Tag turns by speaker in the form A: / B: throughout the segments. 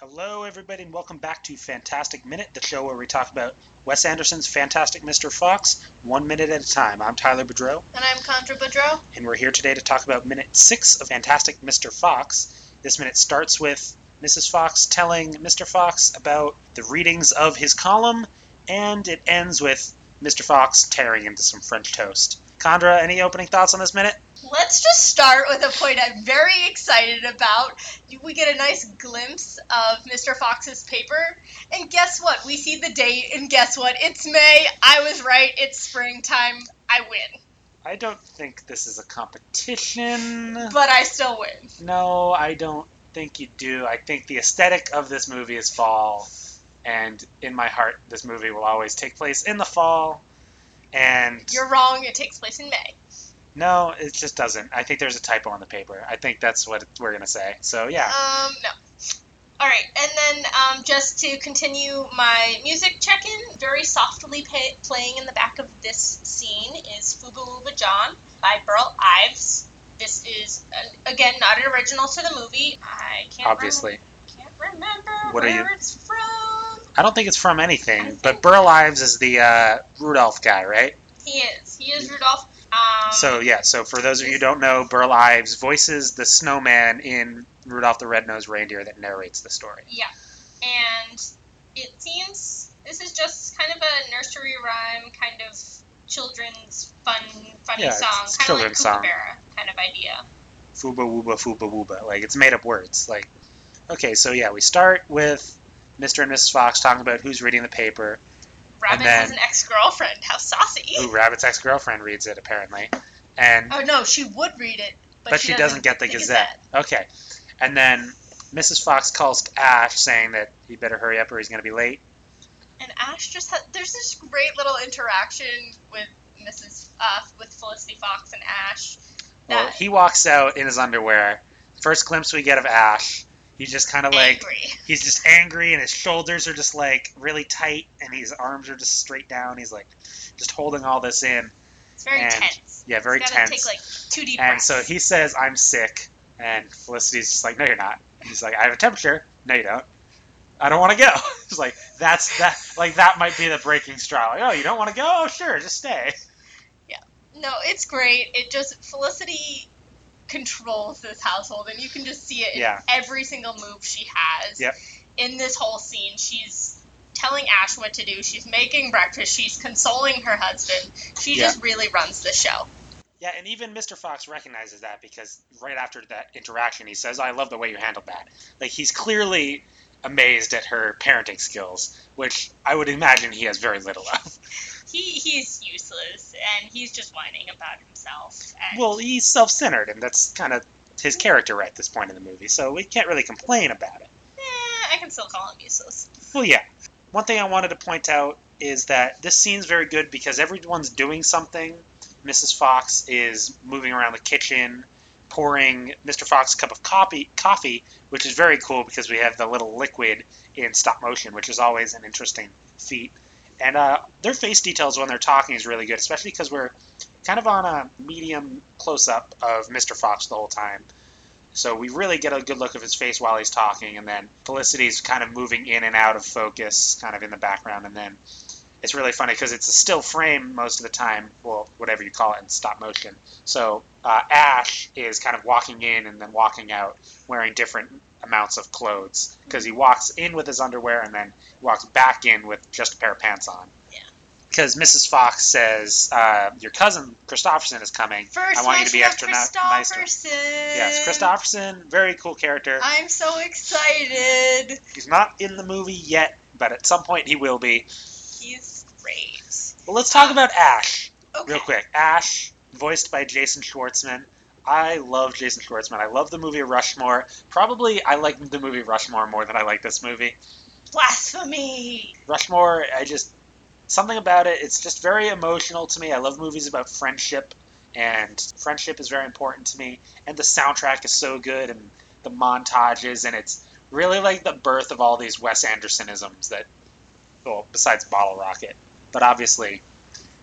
A: Hello, everybody, and welcome back to Fantastic Minute, the show where we talk about Wes Anderson's Fantastic Mr. Fox one minute at a time. I'm Tyler Boudreau,
B: And I'm Contra Boudreau.
A: and we're here today to talk about minute six of Fantastic Mr. Fox. This minute starts with Mrs. Fox telling Mr. Fox about the readings of his column, and it ends with Mr. Fox tearing into some French toast. Condra, any opening thoughts on this minute?
B: Let's just start with a point I'm very excited about. We get a nice glimpse of Mr. Fox's paper, and guess what? We see the date, and guess what? It's May. I was right. It's springtime. I win.
A: I don't think this is a competition.
B: But I still win.
A: No, I don't think you do. I think the aesthetic of this movie is fall, and in my heart, this movie will always take place in the fall. And
B: You're wrong. It takes place in May.
A: no, it just doesn't. I think there's a typo on the paper. I think that's what we're gonna say. So yeah,
B: Um, no. All right, and then um, just to continue my music check-in, very softly pay- playing in the back of this scene is Fuga Wooga John by Burl Ives. This is uh, again not an original to the movie. I can't
A: obviously.
B: Remember, can't remember
A: What are
B: where
A: you-
B: it's from.
A: I don't think it's from anything, but
B: think-
A: Burl Ives is the uh, Rudolph guy, right?
B: He is. He is Rudolph. Um,
A: So yeah, so for those of you who don't know, Burl Ives voices the snowman in Rudolph the Red-Nosed Reindeer that narrates the story.
B: Yeah. And it seems this is just kind of a nursery rhyme, kind of children's fun, funny
A: Yeah, it's-
B: song,
A: it's
B: kind of like
A: children's song.
B: Kookaburra kind of idea.
A: Fuba Wooba Fuba Wooba. Like it's made up words. Like okay, so yeah, we start with Mr. and Mrs. Fox talking about who's reading the paper.
B: Robin
A: then-
B: has an ex girlfriend. How saucy.
A: Ooh, Rabbit's ex girlfriend reads it apparently. And
B: Oh, no, she would read it, but,
A: but, she, doesn't, get the, Gazette.
B: Oh.
A: Okay. And then Mrs. Fox calls to Ash saying that he better hurry up or he's gonna be late.
B: And Ash just has. There's this great little interaction with Mrs. Uh, with Felicity Fox and Ash.
A: Well,
B: That-
A: he walks out in his underwear. First glimpse we get of Ash, he's just kinda like
B: angry.
A: he's just angry and his shoulders are just like really tight and his arms are just straight down. He's like just holding all this in.
B: It's very
A: and-
B: tense.
A: Yeah, very
B: it's gotta
A: tense.
B: Take like two deep
A: And
B: breaths.
A: so he says, I'm sick. And Felicity's just like, No, you're not. He's like, I have a temperature. No, you don't. I don't want to go. It's like, that's that, like, that might be the breaking straw. Like, oh, you don't want to go? Oh, sure, just stay.
B: No, it's great. It just Felicity controls this household, and you can just see it in
A: Yeah.
B: every single move she has.
A: Yep.
B: In this whole scene, she's telling Ash what to do. She's making breakfast. She's consoling her husband. She
A: Yeah.
B: just really runs the show.
A: Yeah, and even Mr. Fox recognizes that because right after that interaction, he says, I love the way you handled that. Like, he's clearly amazed at her parenting skills, which I would imagine he has very little of.
B: He he's useless, and he's just whining about himself. And
A: Well, he's self-centered, and that's kind of his character right at this point in the movie. So we can't really complain about it.
B: eh, I can still call him useless.
A: Well, yeah. One thing I wanted to point out is that this scene's very good because everyone's doing something. Mrs. Fox is moving around the kitchen, pouring Mr. Fox a cup of coffee, coffee, which is very cool because we have the little liquid in stop motion, which is always an interesting feat. And uh, their face details when they're talking is really good, especially because we're kind of on a medium close up of Mr. Fox the whole time. So we really get a good look of his face while he's talking, and then Felicity's kind of moving in and out of focus, kind of in the background, and then it's really funny because it's a still frame most of the time, well, whatever you call it, in stop motion. So uh, Ash is kind of walking in and then walking out wearing different amounts of clothes because he walks in with his underwear and then walks back in with just a pair of pants on.
B: Yeah.
A: Because Mrs. Fox says, uh, Your cousin Christopherson is coming.
B: First
A: I want you to be
B: mention
A: extra
B: of
A: ni- nice to-
B: Christopherson.
A: Yes, Christopherson, very cool character.
B: I'm so excited.
A: He's not in the movie yet, but at some point he will be.
B: He's great.
A: Well, let's talk about Ash
B: Okay.
A: real quick. Ash, voiced by Jason Schwartzman. I love Jason Schwartzman. I love the movie Rushmore. Probably I like the movie Rushmore more than I like this movie.
B: Blasphemy!
A: Rushmore, I just something about it. It's just very emotional to me. I love movies about friendship, and friendship is very important to me. And the soundtrack is so good, and the montages, and it's really like the birth of all these Wes Andersonisms that, well, besides Bottle Rocket, but obviously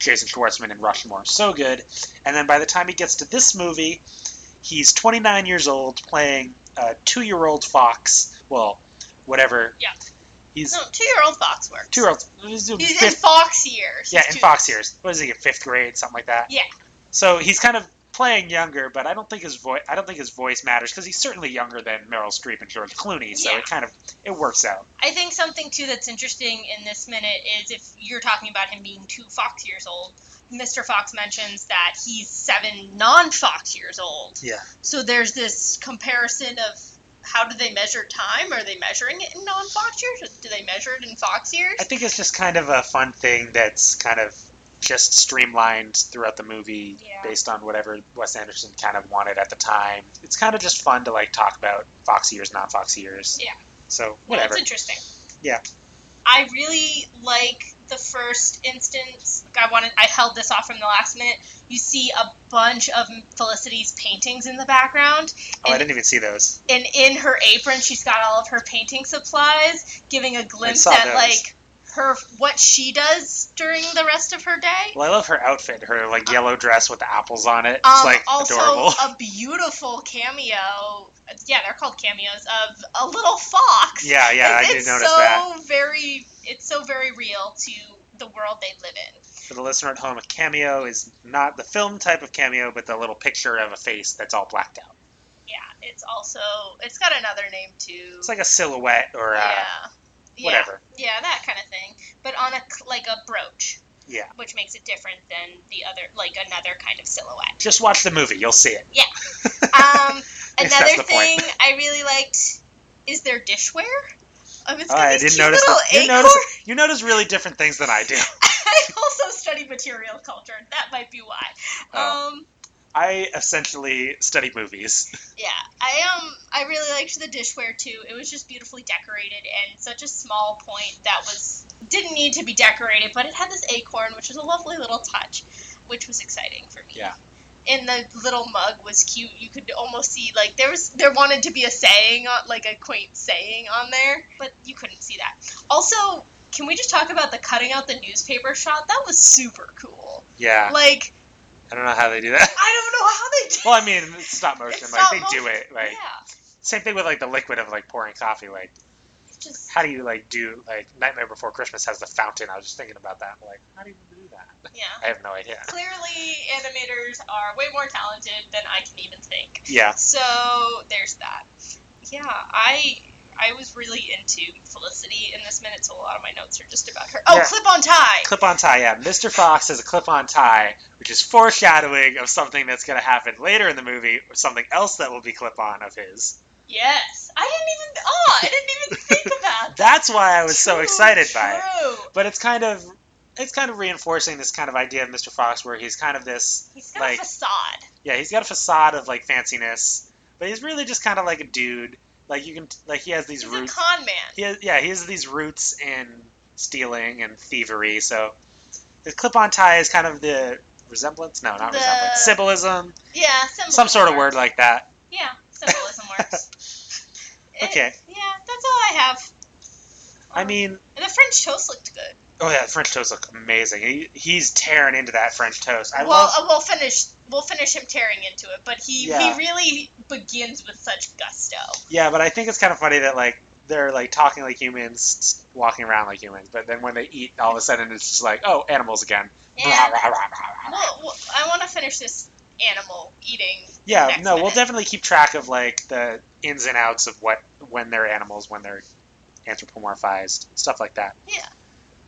A: Jason Schwartzman and Rushmore, are so good. And then by the time he gets to this movie, he's 29 years old, playing a two-year-old fox. Well, whatever.
B: Yeah.
A: He's
B: No, two year old Fox works.
A: two year old. He's in
B: He's in
A: fifth,
B: Fox years.
A: yeah,
B: He's
A: in
B: two-
A: Fox years. What is he? in Fifth grade, something like that.
B: Yeah.
A: So he's kind of playing younger, but I don't think his voice. I don't think his voice matters because he's certainly younger than Meryl Streep and George Clooney. So
B: Yeah.
A: it kind of it works out.
B: I think something too that's interesting in this minute is if you're talking about him being two Fox years old, Mr. Fox mentions that he's seven non Fox years old.
A: Yeah.
B: So there's this comparison of how do they measure time? Are they measuring it in non Fox years? Or do they measure it in Fox years?
A: I think it's just kind of a fun thing that's kind of just streamlined throughout the movie
B: Yeah.
A: based on whatever Wes Anderson kind of wanted at the time. It's kind of just fun to like talk about Fox years, non Fox years.
B: Yeah.
A: So
B: No,
A: whatever.
B: it's interesting.
A: Yeah.
B: I really like the first instance. I wanted. I held this off from the last minute. You see a bunch of Felicity's paintings in the background,
A: oh, I
B: and-
A: didn't even see those.
B: and in her apron, she's got all of her painting supplies, giving a glimpse
A: saw
B: at
A: those.
B: like her what she does during the rest of her day.
A: Well, I love her outfit, her like yellow dress with the apples on it. It's
B: Um,
A: like
B: also,
A: adorable.
B: a beautiful cameo. Yeah, they're called cameos of a little fox.
A: yeah, yeah, I
B: it's
A: did notice
B: so
A: that.
B: very it's so very real to the world they live in.
A: For the listener at home, a cameo is not the film type of cameo, but the little picture of a face that's all blacked out.
B: Yeah, it's also it's got another name too.
A: It's like a silhouette or uh,
B: yeah, yeah,
A: whatever.
B: yeah, that kind of thing. But on a c- like a brooch,
A: Yeah.
B: which makes it different than the other like another kind of silhouette.
A: Just watch the movie, you'll see it.
B: Um,
A: Yes, that's
B: another
A: the point.
B: thing I really liked is their dishware. Um, it's
A: Oh,
B: got
A: I didn't
B: these cute
A: notice
B: little
A: that. You
B: acorn-
A: notice, you notice really different things than I do.
B: I also studied material culture. and That might be why.
A: Oh.
B: Um,
A: I essentially study movies.
B: Yeah, I um I really liked the dishware too. It was just beautifully decorated and such a small point that was didn't need to be decorated, but it had this acorn, which was a lovely little touch, which was exciting for me.
A: Yeah.
B: And the little mug was cute. You could almost see like there was there wanted to be a saying on like a quaint saying on there, but you couldn't see that. Also, can we just talk about the cutting out the newspaper shot? That was super cool.
A: Yeah,
B: Like
A: I don't know how they do that.
B: I don't know how they did.
A: Well, I mean, it's stop motion.
B: It's
A: like
B: stop
A: they do
B: motion.
A: it. Like
B: yeah,
A: same thing with like the liquid of like pouring coffee. Like
B: it just
A: how do you like do like Nightmare Before Christmas has the fountain? I was just thinking about that. Like how do you do that?
B: yeah.
A: I have no idea.
B: clearly animators are way more talented than I can even think.
A: Yeah,
B: So there's that. Yeah, I I was really into Felicity in this minute, so a lot of my notes are just about her. Oh,
A: Yeah.
B: clip on tie.
A: clip-on tie. Yeah, Mr. Fox has a clip-on tie, which is foreshadowing of something that's going to happen later in the movie, or something else that will be clip-on of his.
B: Yes, I didn't even. Oh, I didn't even think about. that.
A: That's why I was so
B: True,
A: excited by it.
B: true.
A: But it's kind of it's kind of reinforcing this kind of idea of Mr. Fox where he's kind of this
B: He's got
A: Like-
B: a facade.
A: yeah, he's got a facade of like fanciness, but he's really just kind of like a dude. Like you can like he has these
B: He's a
A: roots.
B: con man.
A: he has, yeah, he has these roots in stealing and thievery. So his clip-on tie is kind of the resemblance, no, not
B: The-
A: resemblance, symbolism,
B: Yeah, symbolism
A: some sort of
B: works.
A: word like that.
B: Yeah, symbolism works. It- um,
A: Okay.
B: yeah, that's all I have.
A: I mean,
B: and the French toast looked good.
A: oh yeah, French toast look amazing. He, he's tearing into that French toast. I
B: well,
A: love
B: uh, we'll finish. We'll finish him tearing into it, but he
A: Yeah.
B: he really begins with such gusto.
A: Yeah, but I think it's kind of funny that like they're like talking like humans, walking around like humans, but then when they eat, all of a sudden it's just like, oh, animals again.
B: And well, well, I want to finish this animal eating.
A: yeah,
B: next
A: no, we'll
B: minute.
A: definitely keep track of like the ins and outs of what when they're animals, when they're anthropomorphized, stuff like that.
B: Yeah.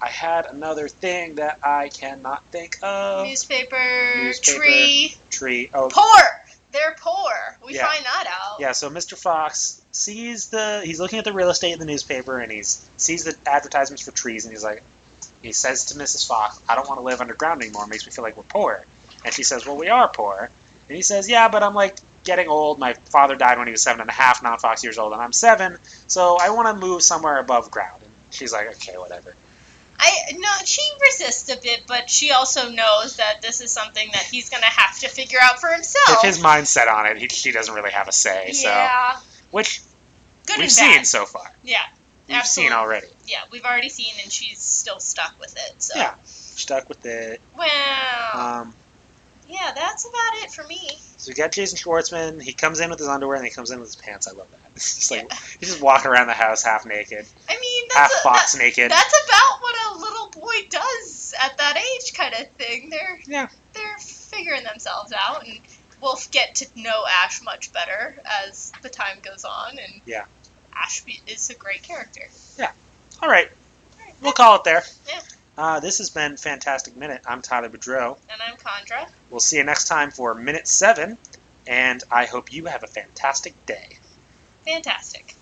A: I had another thing that I cannot think of.
B: Newspaper,
A: Newspaper.
B: tree,
A: Tree. Oh,
B: poor. They're poor. We
A: Yeah.
B: find that out.
A: Yeah, so Mr. Fox sees the he's looking at the real estate in the newspaper and he's sees the advertisements for trees and he's like he says to Mrs. Fox, I don't want to live underground anymore, it makes me feel like we're poor. And she says, Well we are poor and he says, Yeah, but I'm like getting old, my father died when he was seven and a half, non Fox years old, and I'm seven, so I wanna move somewhere above ground and she's like, Okay, whatever.
B: I no, she resists a bit, but she also knows that this is something that he's gonna have to figure out for
A: If
B: himself.
A: his mind's set on it, he, she doesn't really have a say,
B: Oh. yeah,
A: so which
B: good
A: we've
B: and
A: seen
B: bad.
A: so far.
B: Yeah,
A: We've seen
B: Absolutely.
A: already.
B: yeah, we've already seen, and she's still stuck with it. So Oh.
A: Yeah. Stuck with it.
B: wow.
A: Um,
B: yeah, that's about it for me.
A: So we got Jason Schwartzman. He comes in with his underwear and he comes in with his pants. I love that. It's just like he's just walking around the house half naked,
B: I mean,
A: half
B: that's, a,
A: box
B: that-
A: naked.
B: that's about what a little boy does at that age, kind of thing. They're
A: Yeah.
B: they're figuring themselves out, and we'll get to know Ash much better as the time goes on. And
A: Yeah.
B: Ash be- is a great character.
A: All right,
B: All right,
A: we'll call it there.
B: Yeah.
A: Uh, this has been Fantastic Minute. I'm Tyler Boudreau.
B: and I'm Condra.
A: We'll see you next time for Minute 7, and I hope you have a fantastic day.
B: Fantastic.